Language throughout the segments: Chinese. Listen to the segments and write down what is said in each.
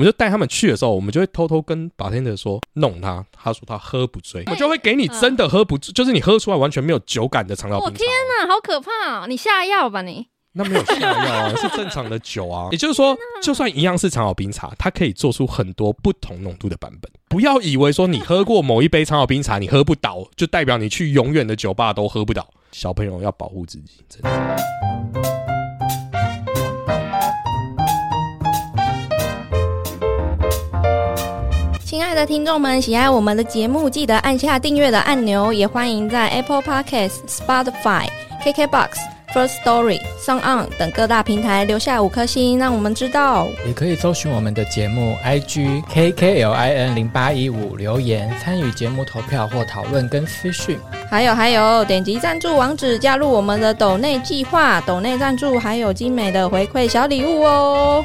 我们就带他们去的时候，我们就会偷偷跟 bartender 说弄他，他说他喝不醉，我们就会给你真的喝不醉，就是你喝出来完全没有酒感的长岛冰我哦茶。哦天哪，好可怕、哦！你下药吧你？那没有下药啊，是正常的酒啊。也就是说，就算一样是长岛冰茶，它可以做出很多不同浓度的版本。不要以为说你喝过某一杯长岛冰茶，你喝不倒，就代表你去永远的酒吧都喝不倒。小朋友要保护自己，真的。亲爱的听众们，喜爱我们的节目，记得按下订阅的按钮，也欢迎在 Apple Podcast、Spotify、KKBox、First Story、Sound On 等各大平台留下五颗星，让我们知道。也可以搜寻我们的节目 IG KKLIN 零八一五留言，参与节目投票或讨论跟私讯。还有还有，点击赞助网址加入我们的抖内计划，抖内赞助还有精美的回馈小礼物哦。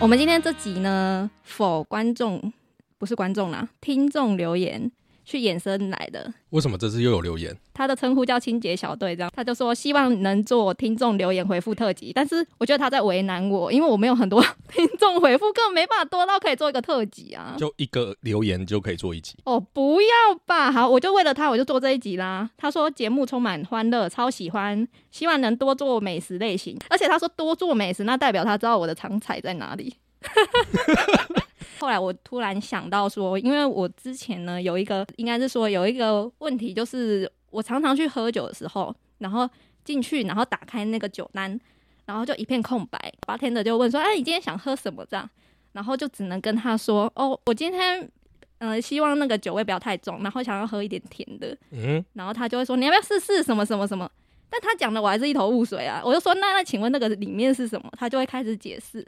我们今天这集呢，否观众不是观众啦，听众留言去衍生来的。为什么这次又有留言？他的称呼叫清洁小队，这样他就说希望能做听众留言回复特辑，但是我觉得他在为难我，因为我没有很多 听众回复，根本没办法多到可以做一个特辑啊。就一个留言就可以做一集。哦，不要吧！好，我就为了他，我就做这一集啦。他说节目充满欢乐，超喜欢，希望能多做美食类型。而且他说多做美食，那代表他知道我的长才在哪里。 后来我突然想到说，因为我之前呢有一个，应该是说有一个问题，就是我常常去喝酒的时候，然后进去，然后打开那个酒单，然后就一片空白。八天的就问说：“哎、你今天想喝什么？”这样，然后就只能跟他说：“哦，我今天嗯，希望那个酒味不要太重，然后想要喝一点甜的，嗯，然后他就会说你要不要试试什么什么什么，但他讲的我还是一头雾水啊，我就说那那请问那个里面是什么，他就会开始解释，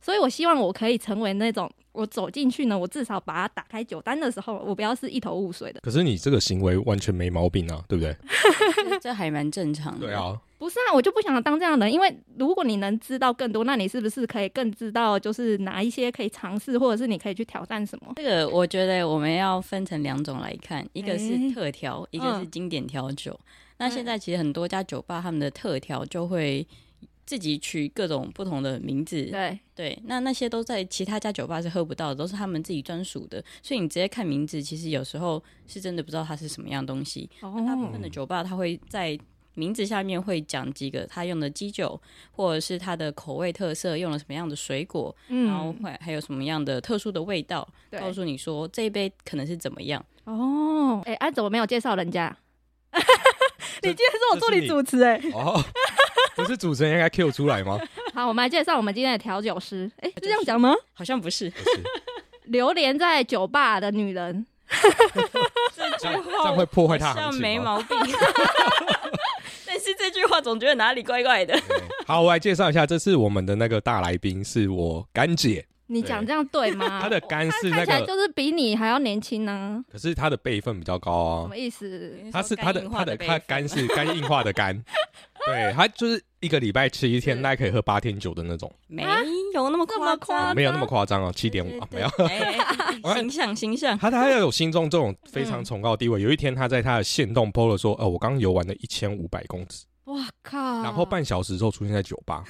所以我希望我可以成为那种我走进去呢，我至少把它打开酒单的时候，我不要是一头雾水的，可是你这个行为完全没毛病啊，对不对？这这还蛮正常的。对，啊，不是啊，我就不想当这样的人，因为如果你能知道更多，那你是不是可以更知道就是哪一些可以尝试，或者是你可以去挑战什么？这个我觉得我们要分成两种来看，一个哎是特调，一个是经典调酒。那嗯现在其实很多家酒吧他们的特调就会自己取各种不同的名字，对，对，那那些都在其他家酒吧是喝不到的，都是他们自己专属的。所以你直接看名字，其实有时候是真的不知道它是什么样的东西。大部哦，分的酒吧它会在名字下面会讲几个他用的基酒，或者是它的口味特色，用了什么样的水果，然后嗯，会还有什么样的特殊的味道，对，告诉你说这一杯可能是怎么样。哦，哎、安、怎么没有介绍人家？ 这你今天是我助理主持哎、哦，不是主持人应该 Q 出来 吗？好，我们来介绍我们今天的调酒师。哎、是这样讲吗？好像不 是，不是，流连在酒吧的女人，这样这样会破坏他好的行像情没吗毛病。 但是这句话总觉得哪里怪怪的。对好，我来介绍一下，这是我们的那个大来宾，是我干姐，你讲这样对吗？ 她的干是啊看那起来个，就是比你还要年轻呢、可是她的辈分比较高什啊，么意思？她是她的她的她看干是肝硬化的肝，对，她就是一个礼拜吃一 天，那可以喝八天酒的那种，没有啊那么这么夸夸张啊。哦没有那么夸张啊，七点五啊，没有。哎 哎哎形象形象，她她要有心中这种非嗯常崇高的地位。有一天，她在她的线动 PO 了说：“呃，我刚游玩了一千五百公尺，哇靠！然后半小时之后出现在酒吧。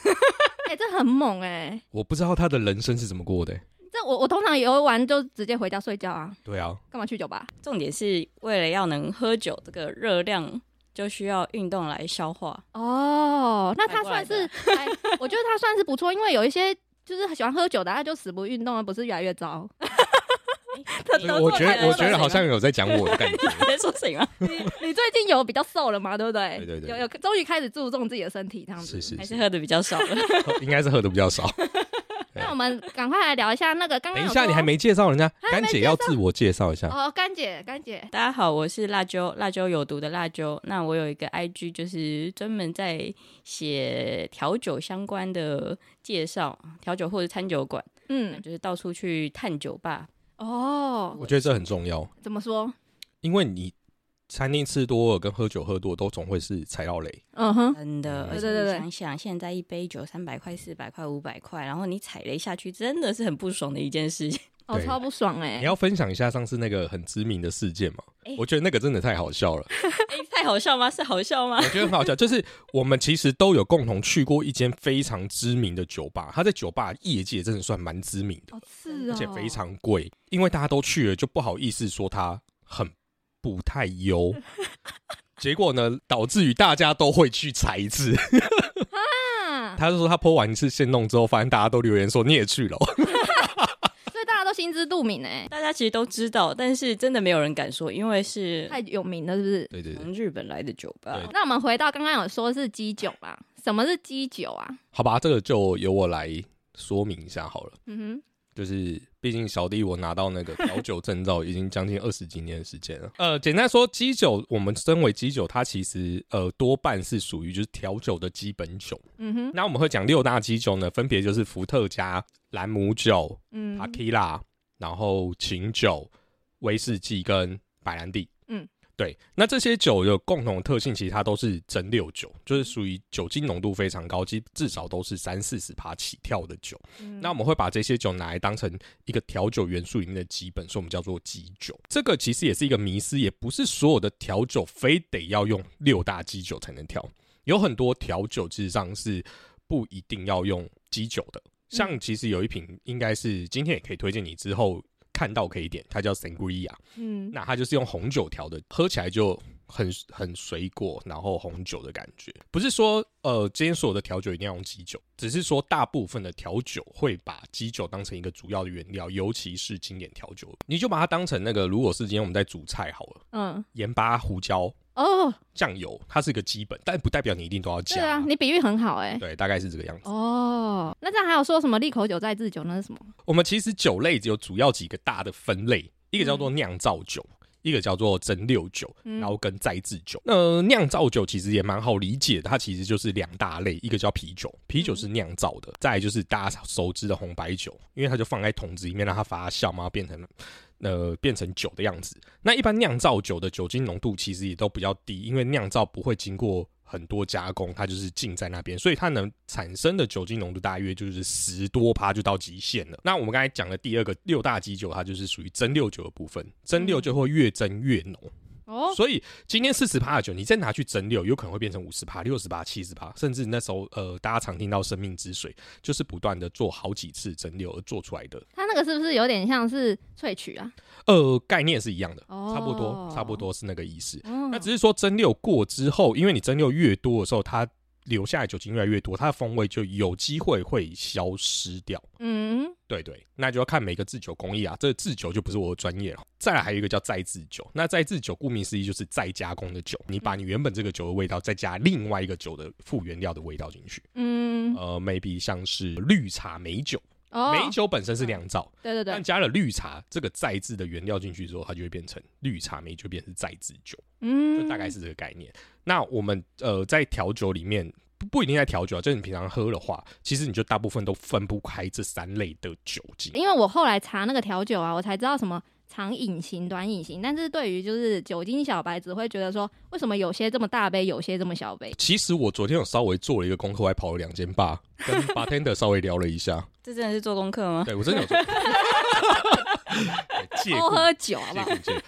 哎、这很猛哎、”我不知道她的人生是怎么过的欸。这我我通常游玩就直接回家睡觉啊，对啊，干嘛去酒吧？重点是为了要能喝酒，这个热量就需要运动来消化。 哦，那他反过来算是，哎，我觉得他算是不错，因为有一些就是喜欢喝酒的，他就死不运动，啊而不是越来越 糟。 这哎个我觉得我觉得好像有在讲我的感觉。你在说谁吗？你最近有比较瘦了吗？对不对？对对对有有终于开始注重自己的身体这样子。是是还是是，喝的比较少了。应该是喝的比较 少。那我们赶快来聊一下那个刚刚等有一说。下，你还没介绍人家，还干没姐介要绍自我介绍一下。哦，干姐，干姐，大家好，我是辣椒，辣椒有毒的辣椒。那我有一个 IG，就是专门在写调酒相关的介绍，调酒或者餐酒馆，嗯，就是到处去探酒吧。哦，我觉得这很重要，怎么说？因为你餐厅吃多了跟喝酒喝多都总会是踩到雷。嗯哼，真的，对而且对对对你想想，现在一杯酒三百块、四百块、五百块，然后你踩雷下去，真的是很不爽的一件事情。哦，对超不爽哎、你要分享一下上次那个很知名的事件吗哎？我觉得那个真的太好笑 了，哎、 太好笑吗？是好笑吗我？觉得很好笑。就是我们其实都有共同去过一间非常知名的酒吧，它在酒吧业界真的算蛮知名的，哦，是哦，而且非常贵，因为大家都去了，就不好意思说它很不太优。结果呢，导致于大家都会去踩一次。啊，他就说他泼完一次线弄之后，发现大家都留言说你也去了哦，所以大家都心知肚明哎、大家其实都知道，但是真的没有人敢说，因为是太有名了是不是？对对对，从日本来的酒吧对。那我们回到刚刚有说是基酒嘛？什么是基酒啊？好吧，这个就由我来说明一下好了。嗯就是毕竟小弟我拿到那个调酒证照已经将近二十几年的时间了。呃，简单说，基酒我们身为基酒，它其实呃多半是属于就是调酒的基本酒。哼，嗯哼，那我们会讲六大基酒呢，分别就是伏特加、兰姆酒、嗯塔 q 拉，然后琴酒、威士忌跟白兰地。嗯，对。那这些酒有共同的特性，其实它都是蒸馏酒，就是属于酒精浓度非常高，基至少都是三四十趴起跳的酒。嗯那我们会把这些酒拿来当成一个调酒元素里面的基本，所以我们叫做基酒。这个其实也是一个迷思，也不是所有的调酒非得要用六大基酒才能调，有很多调酒事实上是不一定要用基酒的。嗯像其实有一瓶应该是今天也可以推荐你之后看到可以点，它叫 Sangria，嗯，那它就是用红酒调的，喝起来就很很水果，然后红酒的感觉。不是说呃，今天所有的调酒一定要用基酒，只是说大部分的调酒会把基酒当成一个主要的原料，尤其是经典调酒，你就把它当成那个，如果是今天我们在煮菜好了，嗯，盐巴、胡椒、哦，酱油，它是一个基本，但不代表你一定都要对加。啊，你比喻很好哎、对，大概是这个样子。哦，那这样还有说什么利口酒再制酒那是什么？我们其实酒类只有主要几个大的分类，一个叫做酿造酒。一个叫做蒸馏酒，嗯然后跟再制酒。那酿造酒其实也蛮好理解的，它其实就是两大类，一个叫啤酒，啤酒是酿造的；再来就是大家熟知的红白酒，因为它就放在桶子里面让它发酵嘛，变成呃变成酒的样子。那一般酿造酒的酒精浓度其实也都比较低，因为酿造不会经过很多加工，它就是浸在那边，所以它能产生的酒精浓度大约就是十多趴就到极限了。那我们刚才讲的第二个六大基酒，它就是属于蒸馏酒的部分，蒸馏就会越蒸越浓，哦，所以今天四十趴的酒，你再拿去蒸馏，有可能会变成五十趴、六十趴、七十趴，甚至那时候呃大家常听到生命之水，就是不断的做好几次蒸馏而做出来的，它那个是不是有点像是萃取啊？呃概念是一样的，哦，差不多差不。多是那个意思。嗯那只是说蒸馏过之后，因为你蒸馏越多的时候，它留下来酒精越来越多，它的风味就有机会会消失掉。嗯，对对，那就要看每个制酒工艺啊。这个制酒就不是我的专业了。再来还有一个叫再制酒，那再制酒顾名思义就是再加工的酒，嗯你把你原本这个酒的味道再加另外一个酒的副原料的味道进去。嗯，呃，maybe 像是绿茶美酒，哦，嗯美酒本身是酿造，对对但对，加了绿茶这个再制的原料进去之后，它就会变成绿茶美酒，变成再制酒。嗯，就大概是这个概念。那我们呃在调酒里面不不一定在调酒啊，就是你平常喝的话，其实你就大部分都分不开这三类的酒精。因为我后来查那个调酒啊，我才知道什么长饮型、短饮型。但是对于就是酒精小白，只会觉得说，为什么有些这么大杯，有些这么小杯？其实我昨天有稍微做了一个功课，我还跑了两间吧，跟 bartender 稍微聊了一 下。这真的是做功课吗？对我真的有做， 对借故多哦喝酒好不借好？故借故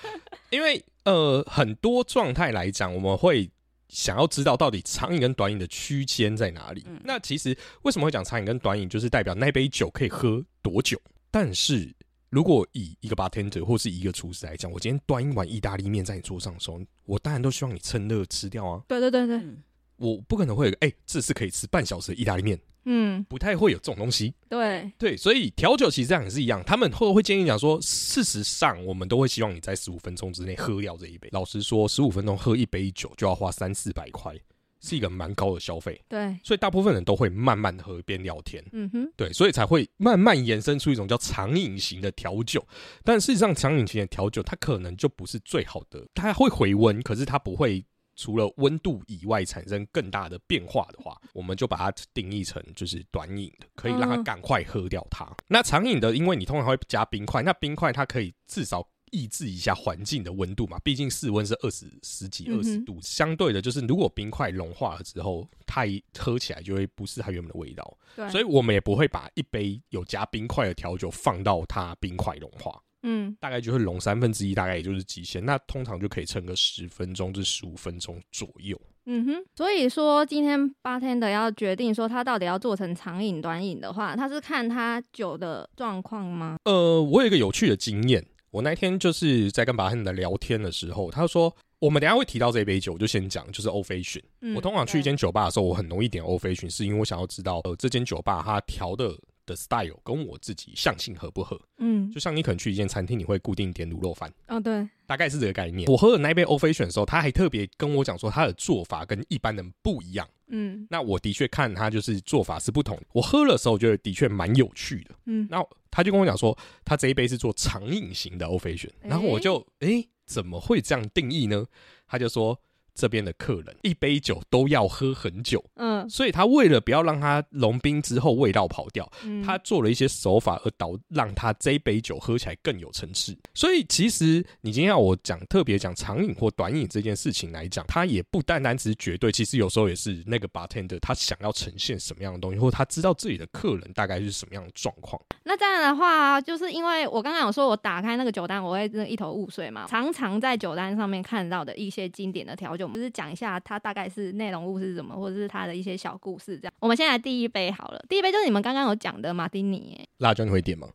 因为呃很多状态来讲，我们会想要知道到底长饮跟短饮的区间在哪里。嗯那其实为什么会讲长饮跟短饮，就是代表那杯酒可以喝多久。但是如果以一个 bartender 或是一个厨师来讲，我今天端一碗意大利面在你桌上的时候，我当然都希望你趁热吃掉啊。对对对对，嗯，我不可能会有一个哎、这是可以吃半小时的意大利面，嗯，不太会有这种东西。对，对，所以调酒其实这样也是一样，他们会会建议讲说，事实上我们都会希望你在十五分钟之内喝掉这一杯。老实说，十五分钟喝一杯酒就要花三四百块，是一个蛮高的消费。对，所以大部分人都会慢慢喝边聊天，嗯哼，对，所以才会慢慢延伸出一种叫长饮型的调酒。但事实上，长饮型的调酒它可能就不是最好的，它会回温，可是它不会除了温度以外产生更大的变化的话，我们就把它定义成就是短饮的，可以让它嗯赶快喝掉它。那长饮的，因为你通常会加冰块，那冰块它可以至少。抑制一下环境的温度嘛，毕竟室温是二十十几嗯哼二十度，相对的就是如果冰块融化了之后，它一喝起来就会不是它原本的味道，对所以我们也不会把一杯有加冰块的调酒放到它冰块融化。嗯，大概就会融三分之一，大概也就是极限。那通常就可以撑个十分钟至十五分钟左右。嗯哼，所以说，今天八天的要决定说他到底要做成长饮、短饮的话，他是看他酒的状况吗？呃，我有一个有趣的经验，我那天就是在跟巴汉的聊天的时候，他说我们等一下会提到这杯酒，我就先讲，就是 o f a t i o n 嗯我通常去一间酒吧的时候，我很容易点 o f a t i o n 是因为我想要知道，呃，这间酒吧它调的的 style 跟我自己相性合不合。嗯，就像你可能去一间餐厅，你会固定点卤肉饭。哦对，大概是这个概念。我喝了那一杯 o f a t i o n 的时候，他还特别跟我讲说，他的做法跟一般人不一样。嗯那我的确看他就是做法是不同。我喝的时候觉得的确蛮有趣的。嗯，那他就跟我讲说，他这一杯是做长饮型的 o f a t i o n 然后我就诶、怎么会这样定义呢？他就说这边的客人一杯酒都要喝很久，嗯，所以他为了不要让它融冰之后味道跑掉，嗯他做了一些手法，而导让他这一杯酒喝起来更有层次。所以其实你今天要我讲特别讲长饮或短饮这件事情来讲，它也不单单只是绝对，其实有时候也是那个 bartender 他想要呈现什么样的东西，或他知道自己的客人大概是什么样的状况。那这样的话，就是因为我刚刚有说，我打开那个酒单，我会真的一头雾水嘛。常常在酒单上面看到的一些经典的调酒，我们就是讲一下它大概是内容物是什么，或者是它的一些小故事这样。我们先来第一杯好了，第一杯就是你们刚刚有讲的马丁尼耶，辣椒你会点吗？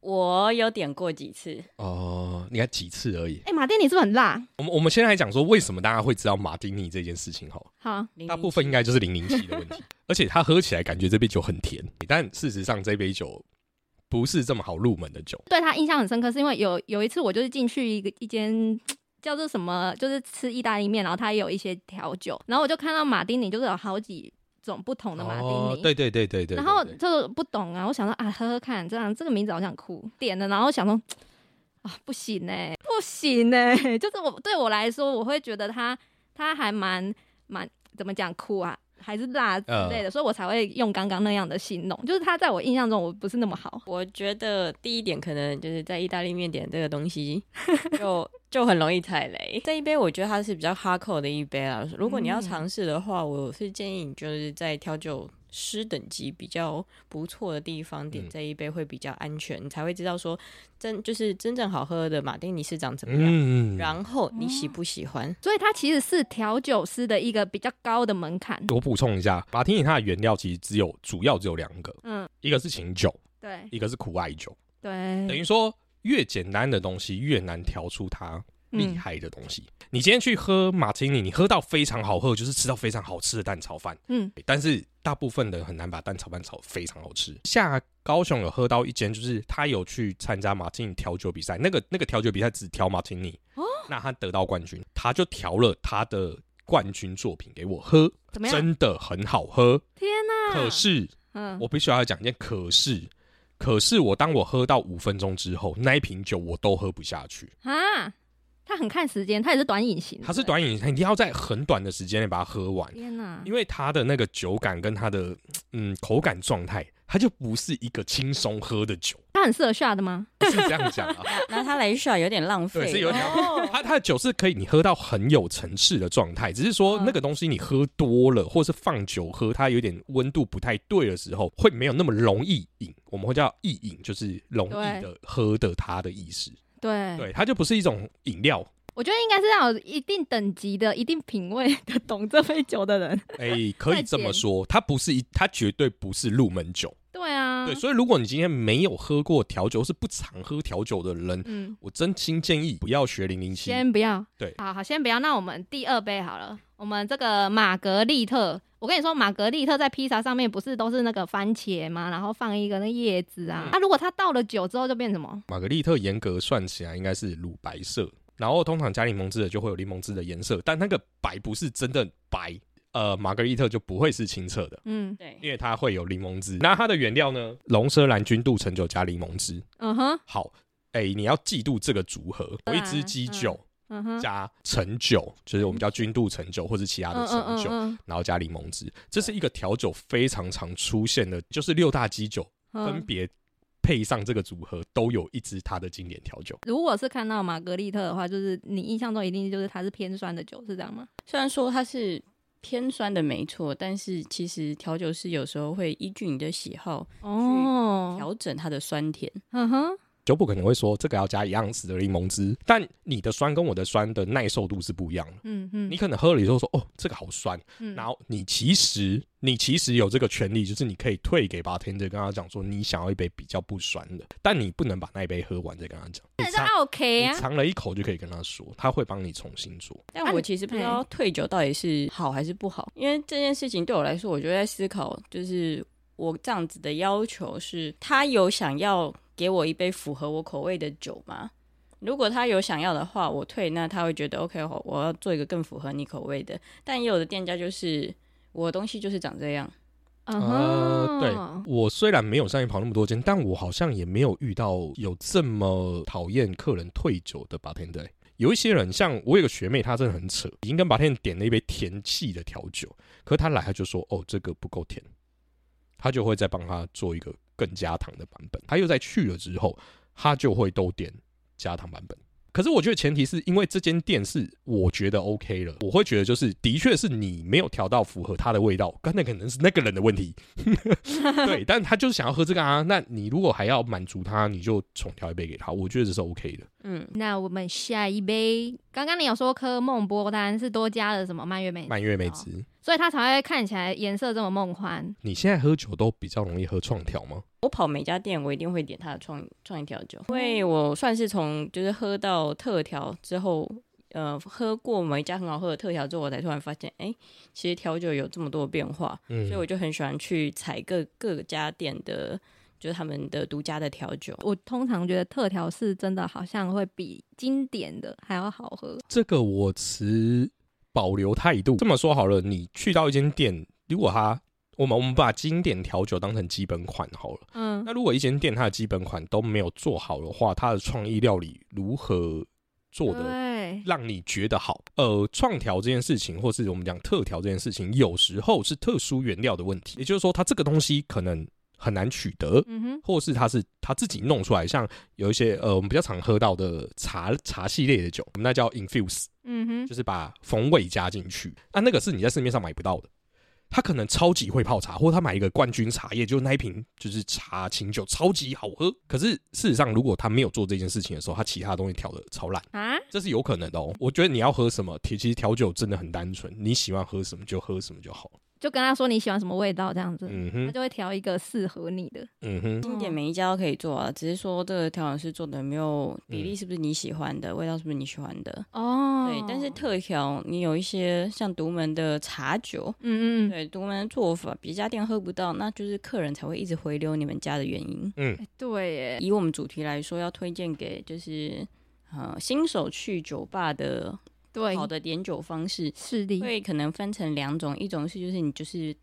我有点过几次，哦、你看几次而已。哎、马丁尼是不是很辣？我们我们先来讲说，为什么大家会知道马丁尼这件事情好了好，大部分应该就是零零七的问 题。而且它喝起来感觉这杯酒很甜，但事实上这杯酒不是这么好入门的酒。对他印象很深刻，是因为有有一次我就是进去一个一间。叫做什么？就是吃意大利面，然后它也有一些调酒，然后我就看到马丁尼，就是有好几种不同的马丁尼。哦对对对对对。然后对对就不懂啊，我想说啊，喝喝看，这样这个名字好想哭，点了，然后想说啊，不行呢、不行呢、欸 就是我对我来说，我会觉得它它还蛮蛮怎么讲苦啊，还是辣之呃类的，所以我才会用刚刚那样的形容，就是它在我印象中我不是那么好，我觉得第一点可能就是在意大利面点这个东西就就很容易踩雷。这一杯我觉得它是比较哈扣的一杯啦。如果你要嗯尝试的话，我是建议你就是在调酒师等级比较不错的地方点嗯这一杯会比较安全，你才会知道说真就是真正好喝的马丁尼是长怎么样。嗯，哦然后你喜不喜欢？所以它其实是调酒师的一个比较高的门槛。我补充一下，马提尼它的原料其实只有主要只有两个，嗯，一个是琴酒，对一个是苦艾酒。等对，于说，越简单的东西越难调出它嗯厉害的东西。你今天去喝马提尼，你喝到非常好喝，就是吃到非常好吃的蛋炒饭。嗯但是大部分人很难把蛋炒饭炒得非常好吃。下高雄有喝到一间，就是他有去参加马丁尼调酒比赛，那个那个调酒比赛只调马丁尼，哦那他得到冠军，他就调了他的冠军作品给我喝，怎么样真的很好喝。天哪！可是嗯，我必须要讲一件，可是可是我当我喝到五分钟之后，那一瓶酒我都喝不下去。啊，他很看时间，他也是短饮型，它是对不短饮，你一定要在很短的时间内把它喝完对。。天哪！因为它的那个酒感跟它的嗯口感状态，它就不是一个轻松喝的酒，他很适合 shot 的吗？不是这样 讲啊。拿它来 shot 有点浪费对，了，是有点哦它它的酒是可以你喝到很有层次的状态，只是说嗯那个东西你喝多了，或是放久喝，它有点温度不太对的时候，会没有那么容易饮，我们会叫易饮，就是容易的喝的它的意思。对，对，它就不是一种饮 料。我觉得应该是要有一定等级的、一定品味的懂这杯酒的人。哎、可以这么说，它不是一，它绝对不是入门酒。对啊，对，所以如果你今天没有喝过调酒，是不常喝调酒的人，嗯，我真心建议不要学零零七。先不要，对好好先不要。那我们第二杯好了，我们这个玛格丽特，我跟你说，玛格丽特在披萨上面不是都是那个番茄吗？然后放一个那叶子嗯啊，啊，如果它倒了酒之后就变什么？玛格丽特严格算起来应该是乳白色，然后通常加柠檬汁的就会有柠檬汁的颜色，但那个白不是真的白，呃，玛格丽特就不会是清澈的，嗯对因为它会有柠檬汁。那它的原料呢？龙舌兰君度橙酒加柠檬汁。嗯哼好，哎、你要记住这个组合，有一支基酒啊嗯哼，加橙酒，就是我们叫君度橙酒或是其他嗯的嗯橙嗯酒。嗯然后加柠檬汁，这是一个调酒非常常出现的，就是六大基酒分嗯，别配上这个组合，都有一支它的经典调酒。如果是看到玛格丽特的话，就是你印象中一定就是它是偏酸的酒，是这样吗？虽然说它是偏酸的没错，但是其实调酒师有时候会依据你的喜好哦，调整它的酸甜。嗯哼，酒谱可能会说这个要加一盎司的柠檬汁，但你的酸跟我的酸的耐受度是不一样的。嗯嗯，你可能喝了以后说哦，这个好酸，嗯然后你其实你其实有这个权利，就是你可以退给 bartender，跟他讲说你想要一杯比较不酸的，但你不能把那一杯喝完再跟他讲。你那是尝 OK 你啊，尝了一口就可以跟他说，他会帮你重新做。但我其实不知道退酒到底是好还是不好，因为这件事情对我来说，我就在思考，就是我这样子的要求是，他有想要给我一杯符合我口味的酒吗？如果他有想要的话，我退，那他会觉得 OK，好我要做一个更符合你口味的。但也有的店家就是我的东西就是长这样，嗯呃，哼，对啊我虽然没有上一跑那么多间，但我好像也没有遇到有这么讨厌客人退酒的 bartender。有一些人，像我有个学妹，她真的很扯，已经跟 bartender 点了一杯甜气的调酒，可是她来她就说：“哦，这个不够甜。”她就会再帮她做一个更加糖的版本。她又在去了之后，她就会都点加糖版本。可是我觉得前提是因为这间店是我觉得 OK 了，我会觉得就是的确是你没有调到符合它的味道，刚才可能是那个人的问题， 对，但他就是想要喝这个啊，那你如果还要满足他，你就重调一杯给他，我觉得这是 OK 的。嗯，那我们下一杯，刚刚你有说科梦波丹是多加了什么蔓越莓，蔓越莓汁，所以它才会看起来颜色这么梦幻。你现在喝酒都比较容易喝创调吗？我跑每家店，我一定会点他的创创意调酒，因为我算是从就是喝到特调之后，呃，喝过某一家很好喝的特调之后，我才突然发现，哎、其实调酒有这么多变化，嗯所以我就很喜欢去采各各家店的，就是他们的独家的调酒。哦我通常觉得特调是真的好像会比经典的还要好喝。这个我持保留态度。这么说好了，你去到一间店，如果他我们我们把经典调酒当成基本款好了。嗯那如果一间店它的基本款都没有做好的话，它的创意料理如何做的对，让你觉得好？呃，创调这件事情，或是我们讲特调这件事情，有时候是特殊原料的问题，也就是说，它这个东西可能很难取得。嗯哼，或是它是它自己弄出来，像有一些呃，我们比较常喝到的茶茶系列的酒，我们那叫 infuse，嗯哼，就是把风味加进去。那、那个是你在市面上买不到的。他可能超级会泡茶，或他买一个冠军茶叶，就那一瓶就是茶清酒，超级好喝。可是事实上，如果他没有做这件事情的时候，他其他东西调的超烂，啊，这是有可能的哦。我觉得你要喝什么，其实调酒真的很单纯，你喜欢喝什么就喝什么就好。就跟他说你喜欢什么味道这样子，嗯他哼，就会调一个适合你的。嗯哼，经典每一家都可以做啊，只是说这个调酒师做的有没有比例是不是你喜欢的，味道是不是你喜欢的。哦，对，但是特调你有一些像独门的茶酒，嗯嗯嗯，对，独门的做法，别家店喝不到，那就是客人才会一直回流你们家的原因。嗯，对耶，以我们主题来说，要推荐给就是呃新手去酒吧的对，好的点酒方式，是的，会可能分成两种，一种是就是你就是。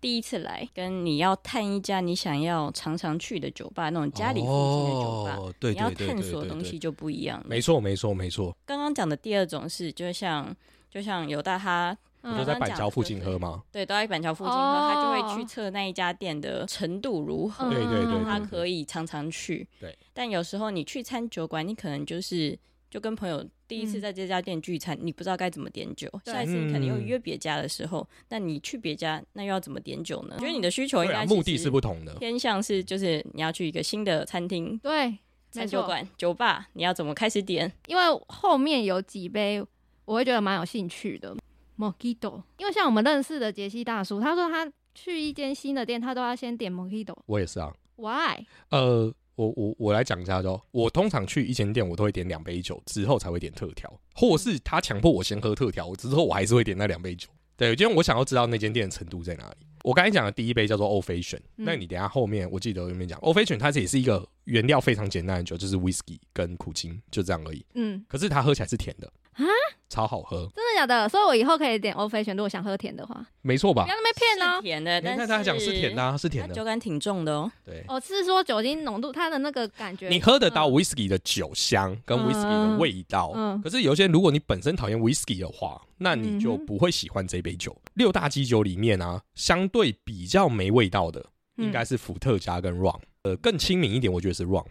第一次来，跟你要探一家你想要常常去的酒吧，那种家里附近的酒吧，哦，对你要对对探对索的对东对西就不一样了。没错没错没错，刚刚讲的第二种是，就像就像有大他我嗯就在板桥附近刚喝刚讲的就是吗？对都在板桥附近喝，哦他就会去测那一家店的程度如何。嗯对对对，他对可以常常去。对，但有时候你去餐酒馆，你可能就是就跟朋友第一次嗯在这家店聚餐，你不知道该怎么点酒。对下一次你可能又嗯约别家的时候，那你去别家，那又要怎么点酒呢？我觉得你哦的需求应对啊，该目的其实是不同的。嗯偏向是就是你要去一个新的餐厅、对，餐没酒错。馆、酒吧，你要怎么开始点？因为后面有几杯我会觉得蛮有兴趣的。Mojito，因为像我们认识的杰西大叔，他说他去一间新的店，他都要先点 Mojito。我也是啊， Why？呃，我我我来讲一下就，我通常去一间店，我都会点两杯酒，之后才会点特调，或是他强迫我先喝特调，之后我还是会点那两杯酒。对，因为我想要知道那间店的程度在哪里。我刚才讲的第一杯叫做 Old Fashion，、嗯那你等一下后面我记得有没有讲 Old Fashion，它也是一个原料非常简单的酒，就是 Whisky 跟苦精，就这样而已。嗯，可是它喝起来是甜的啊，超好喝，真的假的？所以我以后可以点 Old Fashion，如果想喝甜的话，没错吧不要？那么骗是哦。甜的，你但看他讲是甜的、啊，是它甜的酒，感挺重的哦。对。哦，是说酒精浓度，它的那个感觉。你喝得到 whisky 的酒香跟 whisky 的味道，嗯嗯嗯可是有些如果你本身讨厌 whisky 的话，那你就嗯哼不会喜欢这杯酒。嗯六嗯大基酒里面啊，相对比较没味道的应该是伏特加跟 rum，、呃，更亲民一点，我觉得是 Ron，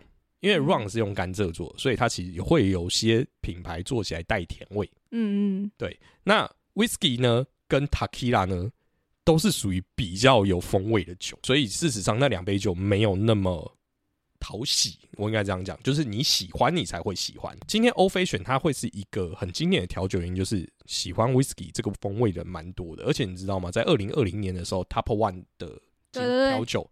嗯因为 Ron 是用甘蔗做，所以它其实会有些品牌做起来带甜味。嗯嗯，那 Whisky 呢，跟 Tequila 呢，都是属于比较有风味的酒，所以事实上那两杯酒没有那么讨喜，我应该这样讲，就是你喜欢你才会喜欢。今天欧菲选它会是一个很经典的调酒原因，就是喜欢 Whisky 这个风味的蛮多的，而且你知道吗，在二零二零年的时候，Top One 的对对对调酒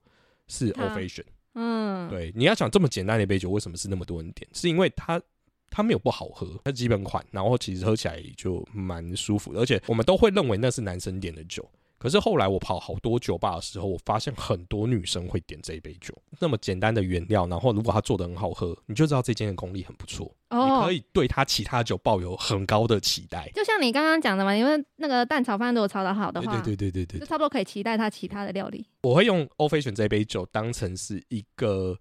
是它 o f a t i o n 嗯，对，你要想这么简单的一杯酒，为什么是那么多人点？是因为它它没有不好喝，它基本款，然后其实喝起来就蛮舒服的，而且我们都会认为那是男生点的酒。可是后来我跑好多酒吧的时候，我发现很多女生会点这一杯酒。那么简单的原料，然后如果它做的很好喝，你就知道这间的功力很不错，你哦可，以对它其他酒抱有很高的期待。就像你刚刚讲的嘛，因为那个蛋炒饭如果炒得好的对话，对对对对对就差不多可以期待它其他的料理。我会用欧菲选这一杯酒当成是一个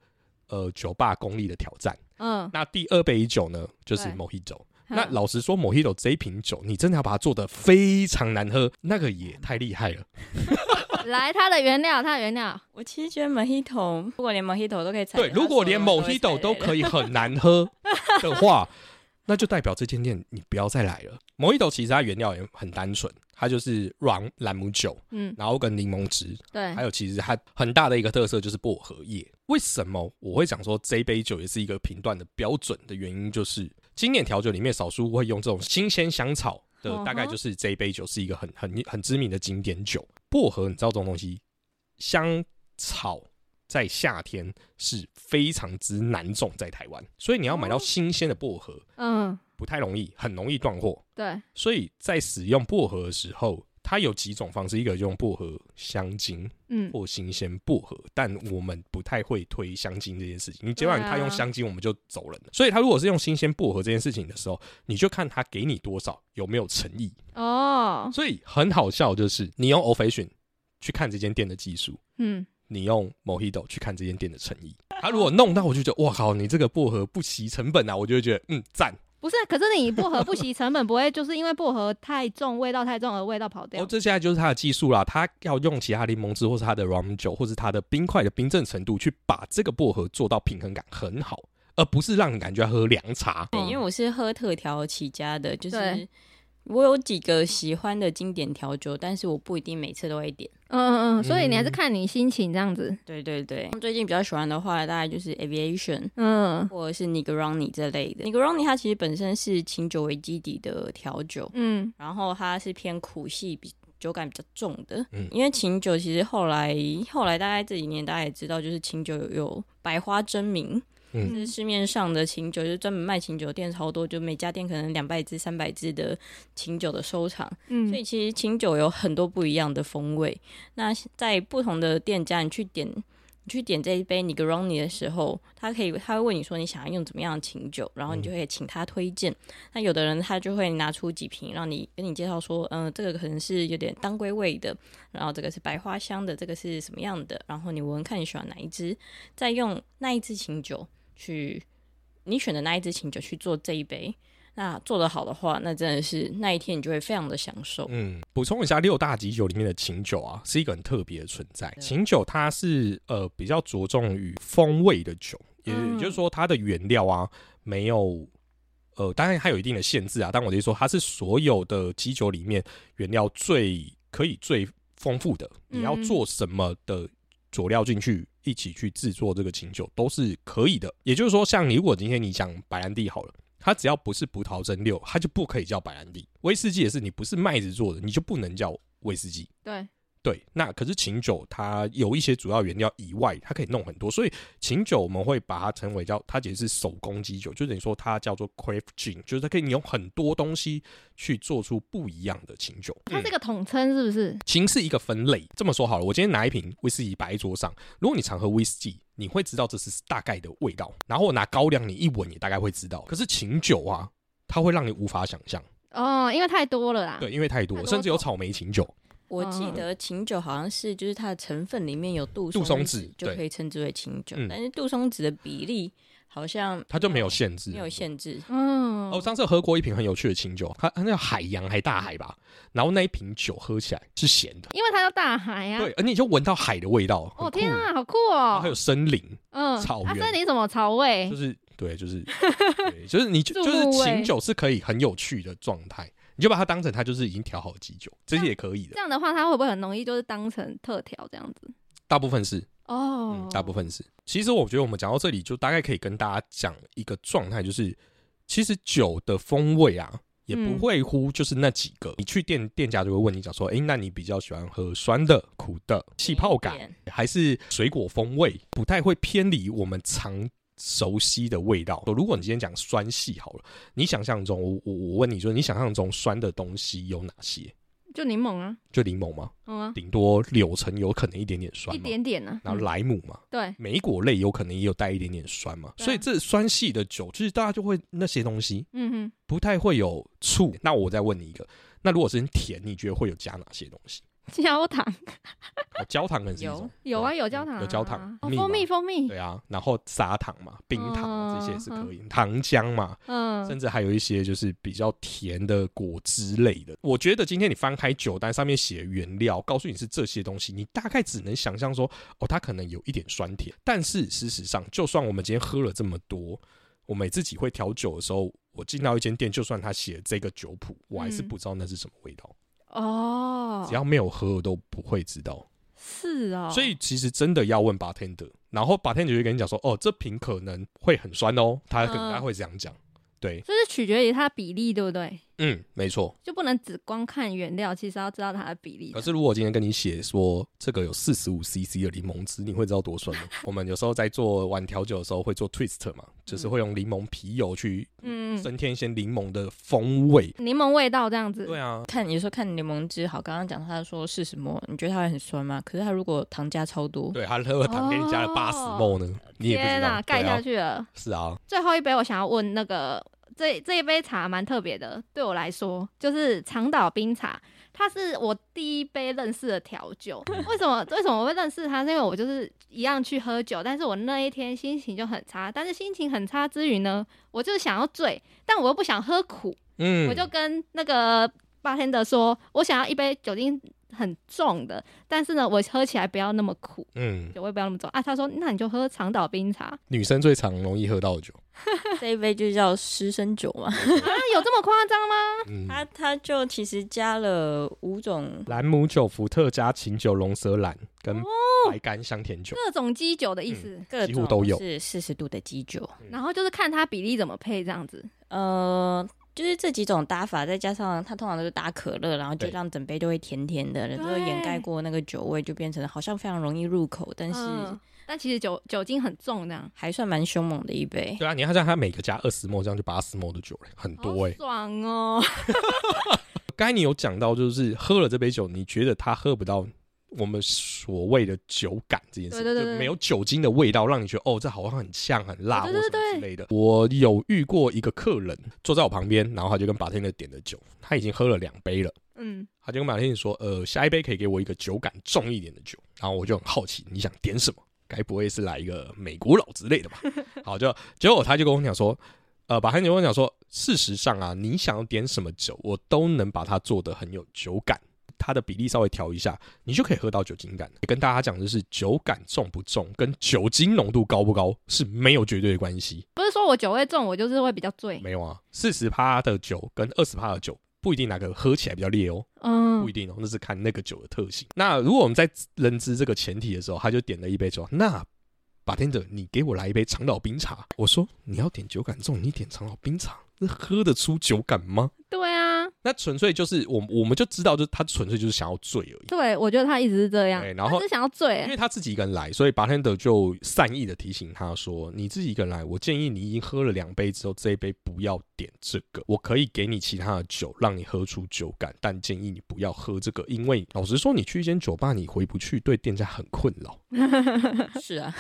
呃酒吧功力的挑战。嗯，那第二杯酒呢，就是对 Mojito。嗯好那老实说，Mojito 这一瓶酒，你真的要把它做的非常难喝，那个也太厉害了。来它的原料，它的原料，我其实觉得 Mojito，如果连 Mojito 都可以踩雷，对，如果连 Mojito 都可以，以很难喝的话，那就代表这间店你不要再来了。Mojito 其实它原料也很单纯，它就是软朗姆酒，嗯，然后跟柠檬汁，对还，有其实它很大的一个特色就是薄荷叶。为什么我会讲说这一杯酒也是一个评断的标准的原因，就是经典调酒里面少数会用这种新鲜香草嗯的，哼大概就是这一杯酒是一个很很很知名的经典酒。薄荷你知道这种东西，香草在夏天是非常之难种在台湾，所以你要买到新鲜的薄荷嗯，不太容易，很容易断货。对，所以在使用薄荷的时候，它有几种方式，一个用薄荷香精，嗯，或新鲜薄荷，但我们不太会推香精这件事情。你今晚对啊他用香精，我们就走人了。所以他如果是用新鲜薄荷这件事情的时候，你就看他给你多少，有没有诚意。哦，所以很好笑，就是你用 o f a t i o n 去看这间店的技术，嗯，你用 Mojito 去看这间店的诚意。他如果弄到，我就觉得哇靠，你这个薄荷不惜成本啊，我就会觉得嗯赞。不是，可是你薄荷不惜成本，不会就是因为薄荷太重，味道太重而味道跑掉啊哦，。这现在就是他的技术啦，他要用其他柠檬汁，或是他的 rum 酒，或是他的冰块的冰镇程度，去把这个薄荷做到平衡感很好，而不是让你感觉喝凉茶。对，因为我是喝特调起家的，就是对我有几个喜欢的经典调酒，但是我不一定每次都会点。嗯嗯嗯，所以你还是看你心情这样子。对对对，最近比较喜欢的话，大概就是 Aviation 嗯或者是 Negroni 这类的。Negroni 它其实本身是清酒为基底的调酒，嗯，然后它是偏苦系比。酒感比较重的，嗯因为琴酒其实后来后来大概这几年大家也知道，就是琴酒有有百花争鸣，嗯就是市面上的琴酒，就是专门卖琴酒的店超多，就每家店可能两百支、三百支的琴酒的收藏，嗯所以其实清酒有很多不一样的风味。那在不同的店家，你去点你去点这一杯 Negroni 的时候，他可以他会问你说你想要用怎么样的清酒，然后你就会请他推荐。那有的人他就会拿出几瓶让你跟你介绍说，嗯、这个可能是有点当归味的，然后这个是白花香的，这个是什么样的，然后你闻看你喜欢哪一支，再用那一支清酒去你选的那一支清酒去做这一杯。那做得好的话，那真的是那一天你就会非常的享受。嗯，补充一下，六大基酒里面的琴酒啊，是一个很特别的存在。对琴酒它是呃比较着重于风味的酒，也嗯也就是说它的原料啊没有呃，当然它有一定的限制啊，但我的意思说它是所有的基酒里面原料最可以最丰富的，你要嗯做什么的佐料进去。一起去制作这个琴酒都是可以的，也就是说，像你如果今天你讲白兰地好了，它只要不是葡萄蒸馏，它就不可以叫白兰地。威士忌也是，你不是麦子做的，你就不能叫威士忌。对，对，那可是琴酒它有一些主要原料以外，它可以弄很多，所以琴酒我们会把它称为叫它其实是手工基酒，就等于说它叫做 craft gin，就是它可以用很多东西去做出不一样的琴酒。它这个统称是不是？琴是一个分类，这么说好了，我今天拿一瓶威士忌摆在桌上，如果你常喝威士忌，你会知道这是大概的味道，然后我拿高粱，你一闻也大概会知道。可是琴酒啊，它会让你无法想象，哦，因为太多了啦。啊对，因为太多，太多甚至有草莓琴酒，我记嗯得琴酒好像是就是它的成分里面有杜杜松松子就对可以称之为琴酒嗯，但是杜松子的比例好像它就没有限制，没有限制。嗯哦，我上次喝过一瓶很有趣的清酒，它它那叫海洋还大海吧，然后那一瓶酒喝起来是咸的，因为它叫大海哎呀、对，而你就闻到海的味道，很酷哦天啊，好酷然后还哦！有森林，嗯，草啊，原森林什么草味就？是对，就是 对就是你就哎入就是味琴酒是可以很有趣的状态，你就把它当成它就是已经调好的基酒，这些也可以这的，样的话，它会不会很容易就是当成特调这样子？大部分是，哦嗯，，大部分是。其实我觉得我们讲到这里，就大概可以跟大家讲一个状态，就是其实酒的风味啊。也不嗯会乎就是那几个，你去店店家就会问你讲说，诶，那你比较喜欢喝酸的、苦的、气泡感，甜点还是水果风味，不太会偏离我们常熟悉的味道。如果你今天讲酸系好了，你想象中，我我我问你说，你想象中酸的东西有哪些？就柠檬啊，就柠檬吗？嗯啊，顶多柳橙有可能一点点酸一嘛，点点呢、啊然。后莱姆嘛，对，莓果类有可能也有带一点点酸嘛，对啊所以这酸系的酒，就是大家就会那些东西嗯 哼，不太会有醋。那我再问你一个，那如果是甜，你觉得会有加哪些东西？焦糖哦，焦糖可能是一有种，有啊，有焦嗯糖啊、有焦糖哦蜜蜂嘛蜜，蜂蜜，对啊，然后砂糖嘛、冰糖啊嗯这些也是可以，糖浆嘛，嗯，甚至还有一些就是比较甜的果汁类的。我觉得今天你翻开酒单上面写原料，告诉你是这些东西，你大概只能想象说，哦，它可能有一点酸甜。但是事实上，就算我们今天喝了这么多，我们自己会调酒的时候，我进到一间店，就算他写这个酒谱，我还是嗯不知道那是什么味道。哦只，要没有喝，我都不会知道。是哦，所以其实真的要问 bartender，然后 bartender 就跟你讲说，哦，这瓶可能会很酸哦，他可能嗯他会这样讲，对，这是取决于它的比例，对不对？嗯，没错。就不能只光看原料，其实要知道它的比例可。是如果今天跟你写说这个有四十五 CC 的柠檬汁，你会知道多酸吗？我们有时候在做晚调酒的时候会做 twist 嘛，就是会用柠檬皮油去嗯，增添一些柠檬的风味。柠檬味道这样子。对啊，看你说看柠檬汁好，刚刚讲他说是什么？你觉得它会很酸吗？可是它如果糖加超多，对，他喝了糖给你加了八十哦沫呢，你也不知天道。盖对啊下，去了。是啊，最后一杯，我想要问那个这这一杯茶蛮特别的，对我来说就是长岛冰茶，它是我第一杯认识的调酒。为什么为什么我会认识它？是因为我就是一样去喝酒，但是我那一天心情就很差，但是心情很差之余呢，我就是想要醉，但我又不想喝苦，嗯，我就跟那个八天的说，我想要一杯酒精很重的，但是呢，我喝起来不要那么苦，嗯，酒味不要那么重啊。他说，那你就喝长岛冰茶，女生最常容易喝到的酒，这一杯就叫湿身酒嘛。那啊有这么夸张吗？嗯， 它它就其实加了五种，兰姆酒、伏特加、琴酒、龙舌兰哦跟白干香甜酒。各种基酒的意思。各几种乎都有是四十度的基酒。嗯然后就是看它比例怎么配这样子。呃，就是这几种打法，再加上它通常都是打可乐，然后就对让整杯都会甜甜的，都会掩盖过那个酒味，就变成好像非常容易入口，但是嗯，但其实酒酒精很重这样，还算蛮凶猛的一杯。对啊，你看像它每个加二十沫，这样就八十沫的酒了，很多好哎、欸。爽哦！刚才你有讲到，就是喝了这杯酒，你觉得它喝不到我们所谓的酒感这件事，对对对对就没有酒精的味道，让你觉得哦，这好像很呛、很辣或对什对么对之类的。我有遇过一个客人坐在我旁边，然后他就跟 bartender 点的酒，他已经喝了两杯了。嗯，他就跟马天说：“呃，下一杯可以给我一个酒感重一点的酒。”然后我就很好奇，你想点什么？该不会是来一个美国佬之类的吧？好，就结果他就跟我讲说：“呃，马天就跟我讲说，事实上啊，你想要点什么酒，我都能把它做得很有酒感，它的比例稍微调一下，你就可以喝到酒精感。”跟大家讲的是，酒感重不重跟酒精浓度高不高是没有绝对的关系。不是说我酒味重，我就是会比较醉。没有啊，四十趴的酒跟二十趴的酒不一定哪个喝起来比较烈哦。嗯不一，定哦，那是看那个酒的特性。那如果我们在认知这个前提的时候，他就点了一杯酒，那 bartender，你给我来一杯长岛冰茶。我说你要点酒感重，你点长岛冰茶，那喝得出酒感吗？对啊，那纯粹就是我我们就知道，就是他纯粹就是想要醉而已。对，我觉得他一直是这样对，然后他只想要醉欸因。为他自己一个人来，所以 bartender 就善意的提醒他说：“你自己一个人来，我建议你已经喝了两杯之后，这一杯不要点这个，我可以给你其他的酒，让你喝出酒感，但建议你不要喝这个，因为老实说，你去一间酒吧，你回不去，对店家很困扰。 是啊，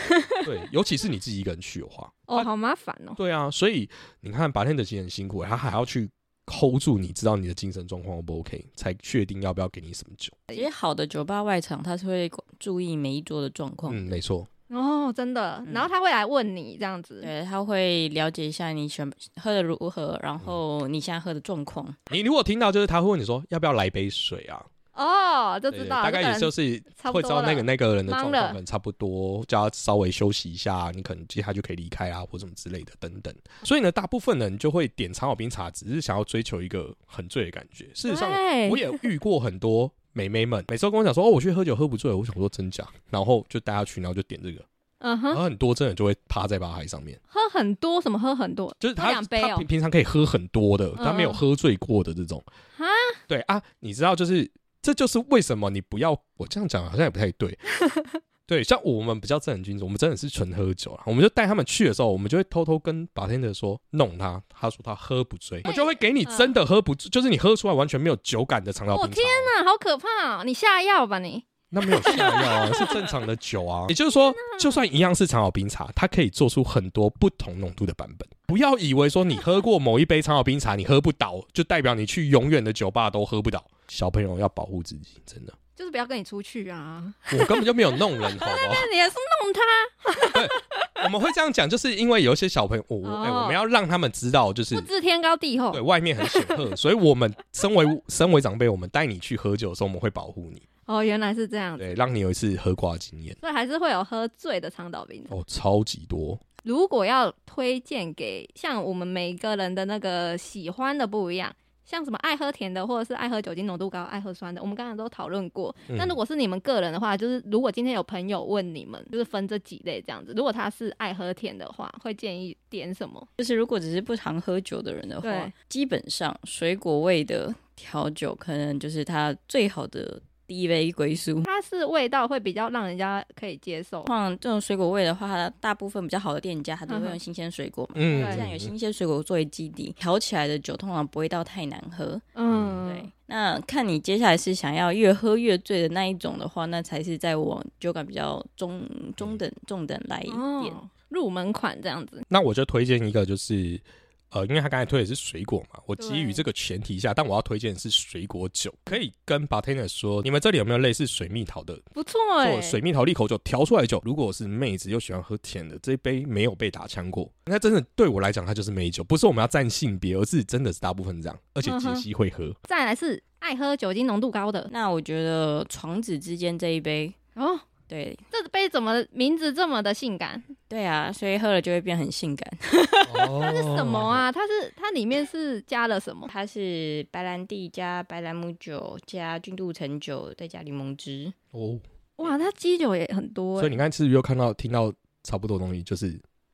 对，尤其是你自己一个人去的话，哦，好麻烦哦。对啊，所以你看 bartender 其实很辛苦，他还要去 hold 住你，知道你的精神状况 O 不 OK，才确定要不要给你什么酒。其实好的酒吧外场，它是会注意每一桌的状况。嗯，没错。哦，哦，真的。嗯然后他会来问你这样子，对，他会了解一下你选喝的如何，然后你现在喝的状况。你如果听到就是他会问你说要不要来杯水啊，哦，就知对道。大这概个也人就是差不会知道多那个了那个人的忙状况，了可能差不多，叫他稍微休息一下，你可能接下来就可以离开啊，或什么之类的等等。所以呢，大部分人就会点长岛冰茶，只是想要追求一个很醉的感觉。事实上，对我也遇过很多美眉们，每次都跟我讲说哦，我去喝酒喝不醉，我想说真假，然后就带她去，然后就点这个，嗯然哼，后很多真的就会趴在吧台上面，喝很多什么喝很多，就是喝他两杯他哦平平常可以喝很多的，他没有嗯喝醉过的这种啊。对啊，你知道就是这就是为什么你不要我这样讲好像也不太 对。对，像我们比较正人君子，我们真的是纯喝酒啦。我们就带他们去的时候，我们就会偷偷跟 bartender 说弄他，他说他喝不醉，哎我就会给你真的喝不醉，就是你喝出来完全没有酒感的长岛嗯我冰茶。天哪，好可怕哦！你下药吧你，那没有下药啊， 是正常的酒啊。 也就是说，就算一样是长岛冰茶，它可以做出很多不同浓度的版本。不要以为说你喝过某一杯长岛冰茶，你喝不倒，就代表你去永远的酒吧都喝不倒。小朋友要保护自己，真的，就是不要跟你出去啊！我根本就没有弄人，好不 好？那你也是弄他，我们会这样讲，就是因为有一些小朋友，我我哎、哦我们要让他们知道，就是不知天高地厚对外面很险恶， 所以我们身为身为长辈，我们带你去喝酒的时候，我们会保护你，哦，原来是这样子，对，让你有一次喝挂的经验。所以还是会有喝醉的长岛冰茶。哦，超级多，如果要推荐给像我们每一个人的那个喜欢的不一样，像什么爱喝甜的，或者是爱喝酒精浓度高、爱喝酸的，我们刚才都讨论过。嗯那如果是你们个人的话，就是如果今天有朋友问你们，就是分这几类这样子。如果他是爱喝甜的话，会建议点什么？就是如果只是不常喝酒的人的话对，基本上水果味的调酒可能就是他最好的第一杯归宿。它是味道会比较让人家可以接受。像这种水果味的话，它大部分比较好的店家，它都嗯会用哼新鲜水果嘛。嗯对既然有新鲜水果作为基底，调起来的酒通常不会到太难喝。嗯嗯，对，那看你接下来是想要越喝越醉的那一种的话，那才是在往酒感比较中中等中等来一点。哦，入门款这样子。那我就推荐一个，就是呃，因为他刚才推的是水果嘛，我基于对这个前提下，但我要推荐的是水果酒，可以跟 bartender 说，你们这里有没有类似水蜜桃的不错哎、做水蜜桃利口酒调出来的酒？如果是妹子又喜欢喝甜的，这一杯没有被打枪过，那真的对我来讲，它就是美酒，不是我们要占性别，而是真的是大部分这样，而嗯且杰西会喝，再来是爱喝酒精浓度高的那我觉得床子之间这一杯，哦，对这杯怎么名字这么的性感？对啊，所以喝了就会变很性感。它是什么？啊？它是它里面是加了什么？它是白兰地加白兰姆酒加君度橙酒再加柠檬汁，哦，哇，它基酒也很多所以欸，你刚才是不是又看到听到差不多的东西，就是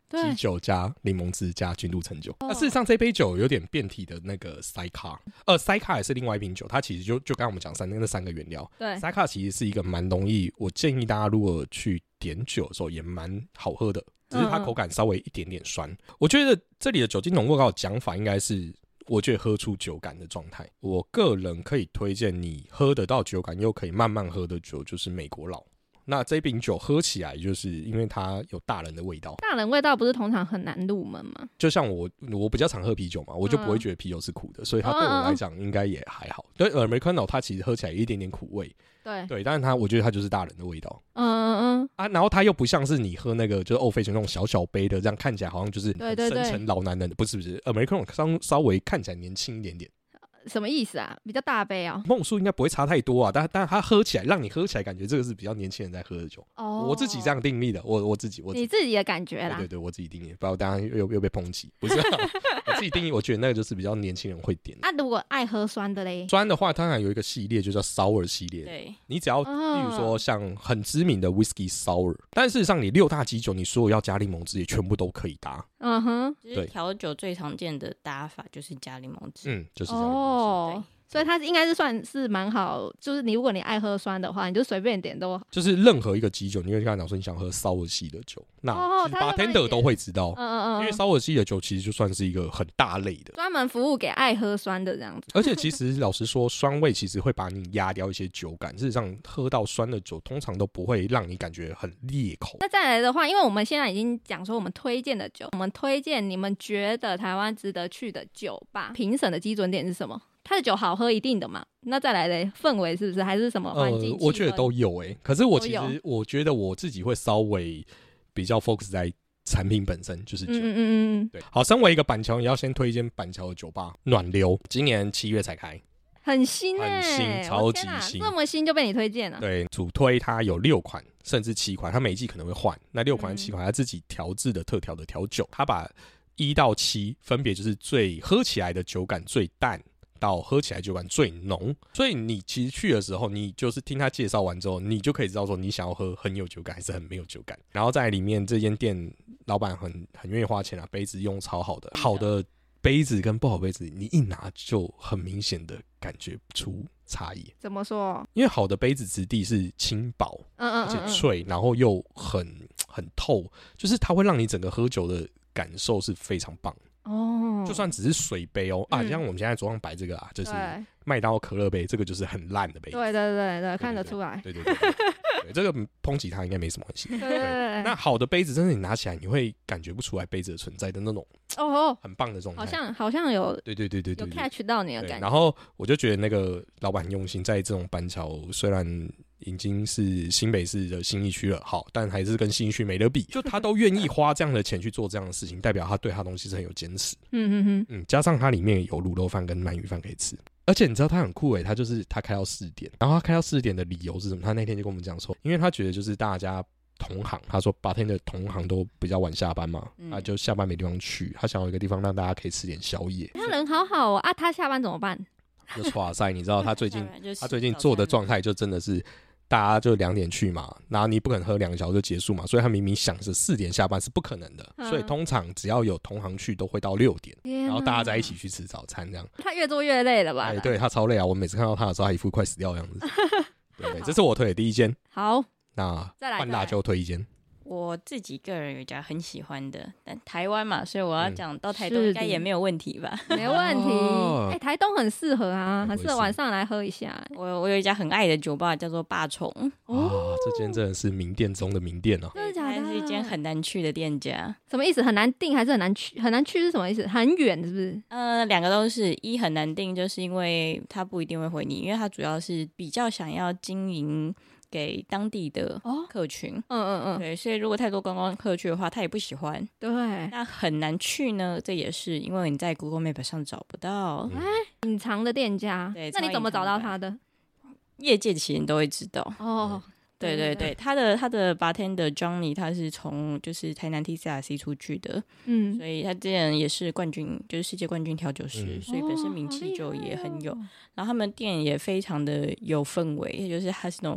对嗯基，酒加柠檬汁加君度橙酒。那、事实上，这杯酒有点变体的那个塞卡，呃，塞卡也是另外一瓶酒，它其实就就刚刚我们讲三那那三个原料，对塞卡其实是一个蛮容易，我建议大家如果去点酒的时候也蛮好喝的，只是它嗯嗯口感稍微一点点酸。我觉得这里的酒精浓度高的讲法应该是。我觉得喝出酒感的状态，我个人可以推荐你喝得到酒感又可以慢慢喝的酒，就是美国佬。那这瓶酒喝起来，就是因为它有大人的味道，大人味道不是通常很难入门吗？就像我，我比较常喝啤酒嘛，我就不会嗯觉得啤酒是苦的，所以它对我来讲应该也还好。对，呃，梅昆岛它其实喝起来有一点点苦味，嗯对，对，但是它我觉得它就是大人的味道嗯嗯啊。然后它又不像是你喝那个就是欧菲酒那种小小杯的，这样看起来好像就是对对深对沉老男人的，不是不是，呃，梅昆岛稍稍微看起来年轻一点点，嗯，什么意思啊？比较大杯哦。梦数应该不会差太多啊，但但它喝起来让你喝起来感觉这个是比较年轻人在喝的酒，哦，我自己这，样定义的，我我自己我自己你自己的感觉对啦对。对，我自己定义，不然大家又又被抨击，不是啊、 我自己定义，我觉得那个就是比较年轻人会点的。那如果爱喝酸的嘞，酸的话，当然有一个系列就叫 sour 系列。对，你只要，嗯例如说像很知名的 whisky sour，但事实上你六大基酒，你所有要加柠檬汁也全部都可以搭。嗯哼，就对是调酒最常见的打法就是加柠檬汁。嗯，就是这样。哦对。所以它应该是算是蛮好，就是你如果你爱喝酸的话，你就随便点都，就是任何一个基酒，你会跟他讲说你想喝 sour 系的酒，那哦其实他会帮 bartender 你点都会知道嗯，嗯因为嗯嗯， sour 系的酒其实就算是一个很大类 的。专门服务给爱喝酸的这样子。而且其实老实说，酸味其实会把你压掉一些酒感。事实上，喝到酸的酒通常都不会让你感觉很裂口。那再来的话，因为我们现在已经讲说我们推荐的酒，我们推荐你们觉得台湾值得去的酒吧，评审的基准点是什么？它的酒好喝一定的嘛？那再来嘞，氛围是不是还是什么环境、呃我觉得欸气氛都有诶、可是我其都实有我觉得我自己会稍微比较 focus 在产品本身，就是酒。嗯嗯嗯，对，好，身为一个板桥，也要先推荐板桥的酒吧暖流，今年七月才开。很新哎、欸我很新超天级哪新这么新就被你推啊荐了。对，主推它有六款甚至七款，它每一季可能会换。那六款、嗯七款，它自己调制的特调的调酒，它把一到七分别就是最喝起来的酒感最淡。到喝起来酒感最浓，所以你其实去的时候，你就是听他介绍完之后，你就可以知道说你想要喝很有酒感还是很没有酒感。然后在里面这间店，老板很很愿意花钱啊，杯子用超好的，好的杯子跟不好杯子，你一拿就很明显的感觉出差异。怎么说？因为好的杯子质地是轻薄嗯嗯而嗯且嗯，脆，然后又很很透，就是它会让你整个喝酒的感受是非常棒。哦，就算只是水杯哦啊，嗯像我们现在桌上摆这个啊，就是对麦当劳可乐杯，这个就是很烂的杯子。对对对对，看得出来，对对对对，对这个抨击它应该没什么关系。对对对那对，好的杯子，真的你拿起来，你会感觉不出来杯子的存在的那种哦哦，很棒的状态。好像好像有哎对对对对有对对 catch 到你的对，感觉。然后我就觉得那个老板很用心，在这种板桥虽然已经是新北市的新一区了，好，但还是跟新一区没 得比。就他都愿意花这样的钱去做这样的事情，代表他对他东西是很有坚持。嗯嗯嗯，加上它里面有卤肉饭跟鳗鱼饭可以吃。而且你知道他很酷欸诶、他就是他开到四点，然后他开到四点的理由是什么？他那天就跟我们讲说，因为他觉得就是大家同行，他说白天的同行都比较晚下班嘛，嗯啊就下班没地方去，他想要一个地方让大家可以吃点宵夜。哼，他人好好哦啊，他下班怎么办？就 哇塞，你知道他最近下来就他洗最近早做的餐状态就真的是，大家就两点去嘛，然后你不肯喝两个小时就结束嘛，所以他明明想是四点下班是不可能的，嗯所以通常只要有同行去都会到六点，然然后大家在一起，去吃早餐这样。他越做越累了吧？哎，对他超累啊，我每次看到他的时候，他一副快死掉的样 子。对对，这是我推的第一间。好，那再来换再辣来椒推一间，我自己个人有一家很喜欢的，但台湾嘛，所以我要嗯讲到台东是应该的也没有问题吧。没问题。哎、哦台东很适合啊，哎很适合晚上来喝一下、哎我我有一家很爱的酒吧叫做霸宠，啊，这间真的是名店中的名店哦。哦真的假它的？哎是一间很难去的店家。什么意思？很难定还是很难去？很难去是什么意思？很远是不是？呃，两个都是一很难定，就是因为它不一定会回你，因为它主要是比较想要经营给当地的哦客群。嗯嗯嗯，对，所以如果太多观光客去的话，他也不喜欢。对，那很难去呢，这也是因为你在 Google Map 上找不到。嗯哎隐藏的店家，对那你怎么找到他的？业界其实你都会知道，哦，对对对，，他的他的 bartender Johnny 他是从就是台南 TCRC 出去的，嗯，所以他之前也是冠军，就是世界冠军调酒师，嗯所以本身名气就也很有。然后他们店也非常的有氛围，也就是它是那种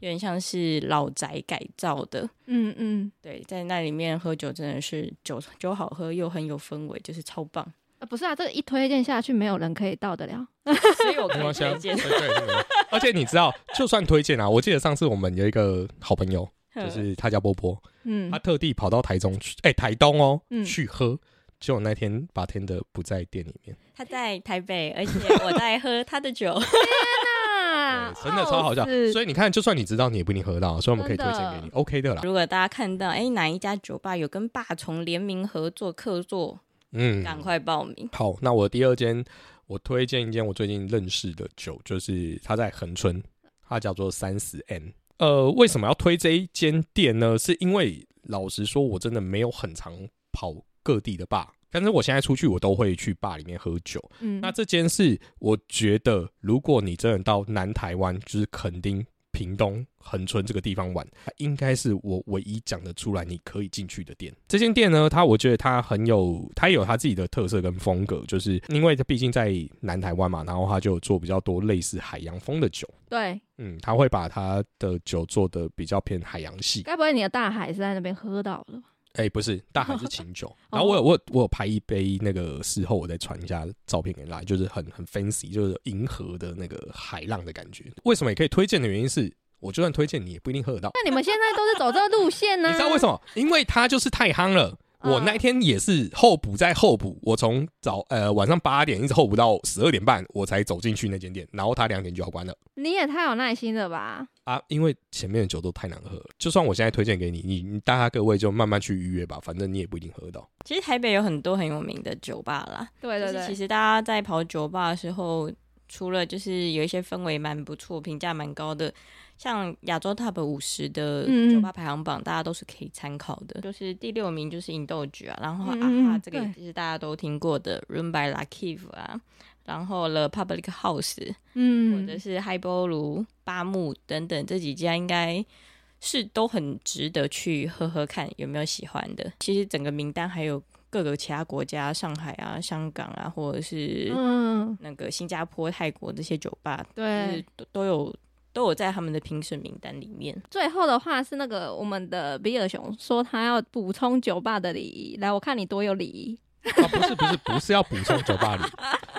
有点像是老宅改造的。嗯嗯，对，在那里面喝酒真的是酒酒好喝又很有氛围，就是超 棒。呃不是啊，这个一推荐下去，没有人可以到得了。所以我没可以关系啊，推对荐，对对没关系而且你知道，就算推荐啊，我记得上次我们有一个好朋友，就是他叫波波，嗯他，特地跑到台中去，哎、台东哦，嗯去喝。结果那天把天的不在店里面，他在台北，而且我在喝他 的酒。啊对真的超好笑。所以你看，就算你知道，你也不一定喝到，所以我们可以推荐给真你的，OK 的啦。如果大家看到哎哪一家酒吧有跟霸虫联名合作客座，嗯，赶快报名。好，那我第二间，我推荐一间我最近认识的酒，就是它在恒春，它叫做三十 N。呃，为什么要推这一间店呢？是因为老实说，我真的没有很常跑各地的吧，但是我现在出去，我都会去吧里面喝酒。嗯，那这间是我觉得，如果你真的到南台湾，就是垦丁、屏东、恒春这个地方玩，它应该是我唯一讲得出来你可以进去的店。这间店呢，它我觉得它很有，它也有它自己的特色跟风格，就是因为它毕竟在南台湾嘛，然后它就有做比较多类似海洋风的酒。对，嗯，它会把它的酒做的比较偏海洋系，该不会你的大海是在那边喝到的吧？哎、不是，大海是琴酒。然后我有我有我有拍一杯那个事后，我再传一下照片给大家，就是很很 fancy，就是银河的那个海浪的感觉。为什么也可以推荐的原因是，我就算推荐你也不一定喝得到。那你们现在都是走这个路线呢、你知道为什？么？因为它就是太夯嗯了。我那天也是候补在候补，我从早呃晚上八点一直候补到十二点半，我才走进去那间店，然后它两点就要关了。你也太有耐心了吧？啊，因为前面的酒都太难喝了，就算我现在推荐给你，你你大家各位就慢慢去预约吧，反正你也不一定喝得到。其实台北有很多很有名的酒吧啦，对对就是其对，实大家在跑酒吧的时候，除了就是有一些氛围蛮不错、评价蛮高的，像亚洲 Top 五十的嗯酒吧排行榜，大家都是可以参考的。就是第六名就是银豆菊啊，然后嗯啊嗯哈嗯这个也是大家都听过的 Room by La Kiv 啊，然后了 Public House 或者嗯，是 h i g h b o l 八木等等这几家应该。是都很值得去喝喝看，有没有喜欢的？其实整个名单还有各个其他国家，上海啊、香港啊，或者是嗯，那个新加坡、泰国这些酒吧，就是对，都都有都有在他们的评审名单里面。最后的话是那个我们的比尔熊说他要补充酒吧的礼仪，来，我看你多有礼仪。啊，不是不是不是要补充酒 吧里，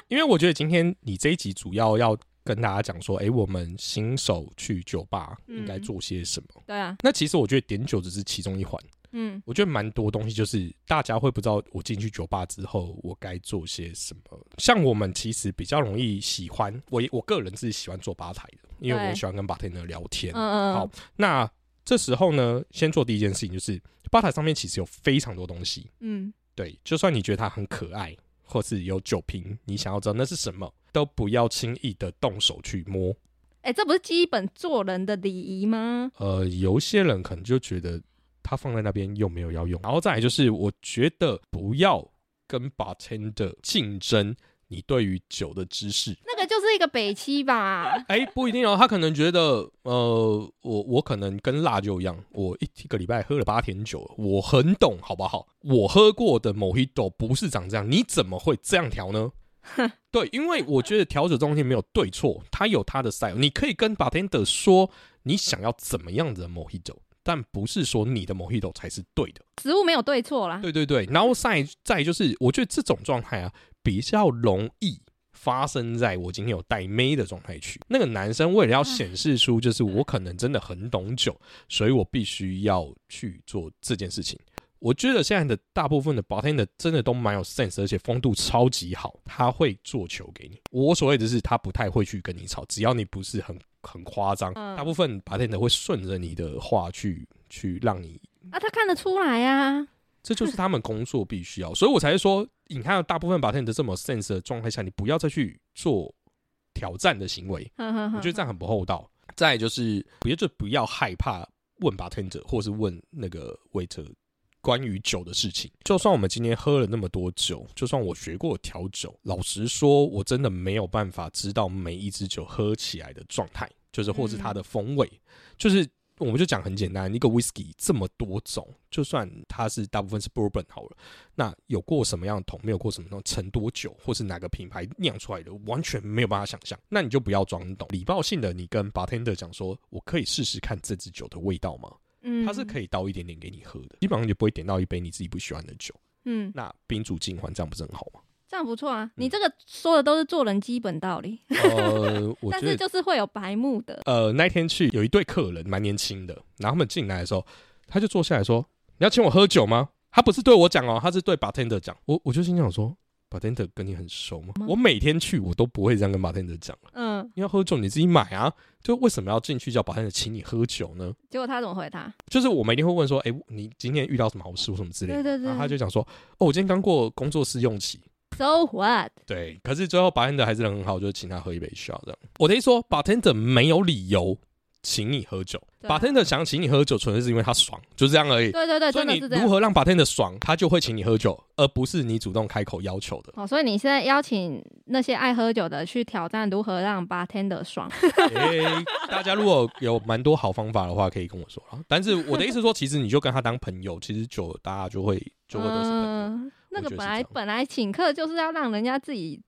因为我觉得今天你这一集主要要跟大家讲说，诶，我们新手去酒吧嗯应该做些什么。对啊，那其实我觉得点酒只是其中一环，嗯，我觉得蛮多东西就是大家会不知道我进去酒吧之后我该做些什么。像我们其实比较容易喜欢，我我个人自己喜欢做吧台的，因为对我喜欢跟吧台的聊天。嗯嗯好，那这时候呢，先做第一件事情就是吧台上面其实有非常多东西，嗯，对，就算你觉得它很可爱，或是有酒瓶，你想要知道那是什么，都不要轻易的动手去摸。哎、这不是基本做人的礼仪吗？呃，有些人可能就觉得它放在那边又没有要用，然后再来就是，我觉得不要跟 bartender 竞争你对于酒的知识。那个就是一个北七吧，哎，不一定哦，他可能觉得，呃，我我可能跟辣酒一样，我一一个礼拜喝了八天酒，我很懂，好不好？我喝过的 Mojito 不是长这样，你怎么会这样调呢？对，因为我觉得调酒这东西没有对错，它有它的 style，你可以跟 bartender 说你想要怎么样的 Mojito，但不是说你的 Mojito 才是对的。食物没有对错啦。对对对，然后再再就是，我觉得这种状态啊，比较容易发生在我今天有带妹的状态去。那个男生为了要显示出就是我可能真的很懂酒，所以我必须要去做这件事情。我觉得现在的大部分的 bartender 真的都蛮有 sense，而且风度超级好，他会做球给你。我所谓的是，他不太会去跟你吵，只要你不是很很夸张，嗯大部分 bartender 会顺着你的话去去让你啊，他看得出来啊。这就是他们工作必须要，所以我才会说，你看到大部分 bartender 这么 sense 的状态下，你不要再去做挑战的行为，呵呵我呵觉得这样很不厚道。再来就是，不要就不要害怕问 bartender 或是问那个 waiter 关于酒的事情。就算我们今天喝了那么多酒，就算我学过调酒，老实说，我真的没有办法知道每一支酒喝起来的状态，就是或是它的风味，就是。我们就讲很简单，一个 whisky 这么多种，就算它是大部分是 bourbon 好了，那有过什么样的桶，没有过什么桶，陈多久，或是哪个品牌酿出来的，完全没有办法想象。那你就不要装懂，礼貌性的你跟 bartender 讲说，我可以试试看这支酒的味道吗？嗯它是可以倒一点点给你喝的，基本上就不会点到一杯你自己不喜欢的酒。嗯，那宾主尽欢，这样不是很好吗？这样不错嗯啊。你这个说的都是做人基本道理，呃，我但是觉得，就是会有白目的。呃，那一天去有一对客人蛮年轻的，然后他们进来的时候，他就坐下来说：“你要请我喝酒吗？”他不是对我讲哦，他是对 bartender 讲。我我就心想说，bartender 跟你很熟吗？我每天去我都不会这样跟 bartender 讲。嗯，你要喝酒你自己买啊，就为什么要进去叫保安的请你喝酒呢？结果他怎么回答？就是我们一定会问说，哎、你今天遇到什么好事或什么之类的，对对对然后他就讲说，哦，我今天刚过工作试用期， So what？对，可是最后 bartender 还是人很好，就是请他喝一杯 shot 这样。我的意思说，bartender 没有理由请你喝酒、对 b a r 啊 t e n d e r 想请你喝酒，纯粹是因为他爽，就这样而已。对对对，所以真的你是这如样。何让 bartender 爽，他就会请你喝酒，而不是你主动开口要 。求的哦，所以你现在邀请那些爱喝酒的去挑战如何让 bartender 爽。诶、大家如果有蛮多好方法的话，可以跟我说啊。但是我的意思说，其实你就跟他当朋友，其实久了大家就会就会都是朋友。嗯，那我个觉得本是来这样本来请客就是要让人家自己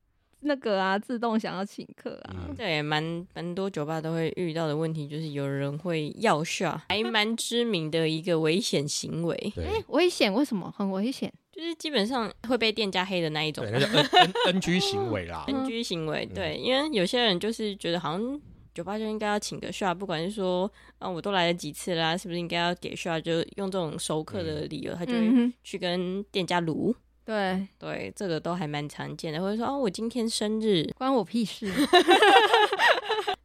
那个啊，自动想要请客啊。嗯这也蛮蛮多酒吧都会遇到的问题，就是有人会要下，还蛮知名的一个危险行为，哎、对危险？为什么很危险？就是基本上会被店家黑的那一种对，那叫 N N NG 行 为啦。 NG 行为。嗯对，因为有些人就是觉得好像。酒吧就应该要请个 shot，不管是说啊，我都来了几次啦，是不是应该要给 shot？就用这种熟客的理由，他就会嗯哼，去跟店家撸。对，对，这个都还蛮常见的，或者说啊，我今天生日，关我屁事。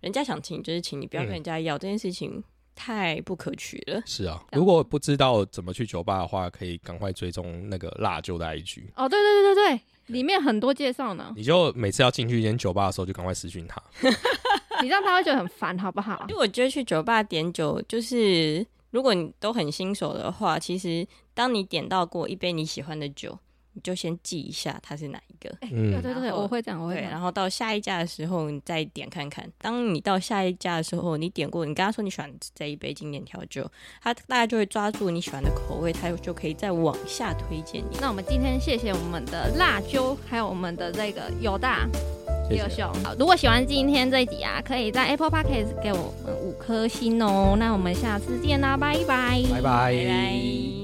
人家想请就是请你，不要跟嗯人家要、这件事情太不可取了。是啊，如果不知道怎么去酒吧的话，可以赶快追踪那个辣舅的 IG。哦，对对对对对，里面很多介绍呢。 你就每次要进去一间酒吧的时候，就赶快私讯他。你让他会觉得很烦，好不好嗯因？为我觉得去酒吧点酒，就是如果你都很新手的话，其实当你点到过一杯你喜欢的酒，你就先记一下它是哪一个，哎对嗯，对对，然后我会这样，我会对，这样。然后到下一家的时候你再点看看。当你到下一家的时候，你点过，你跟他说你喜欢这一杯经典调酒，他大概就会抓住你喜欢的口味，他就可以再往下推荐你。那我们今天谢谢我们的辣椒，还有我们的这个友大谢六谢。秀。好，如果喜欢今天这一集啊，可以在 Apple Podcast 给我们五颗星哦。那我们下次见啦，拜拜，拜拜拜拜。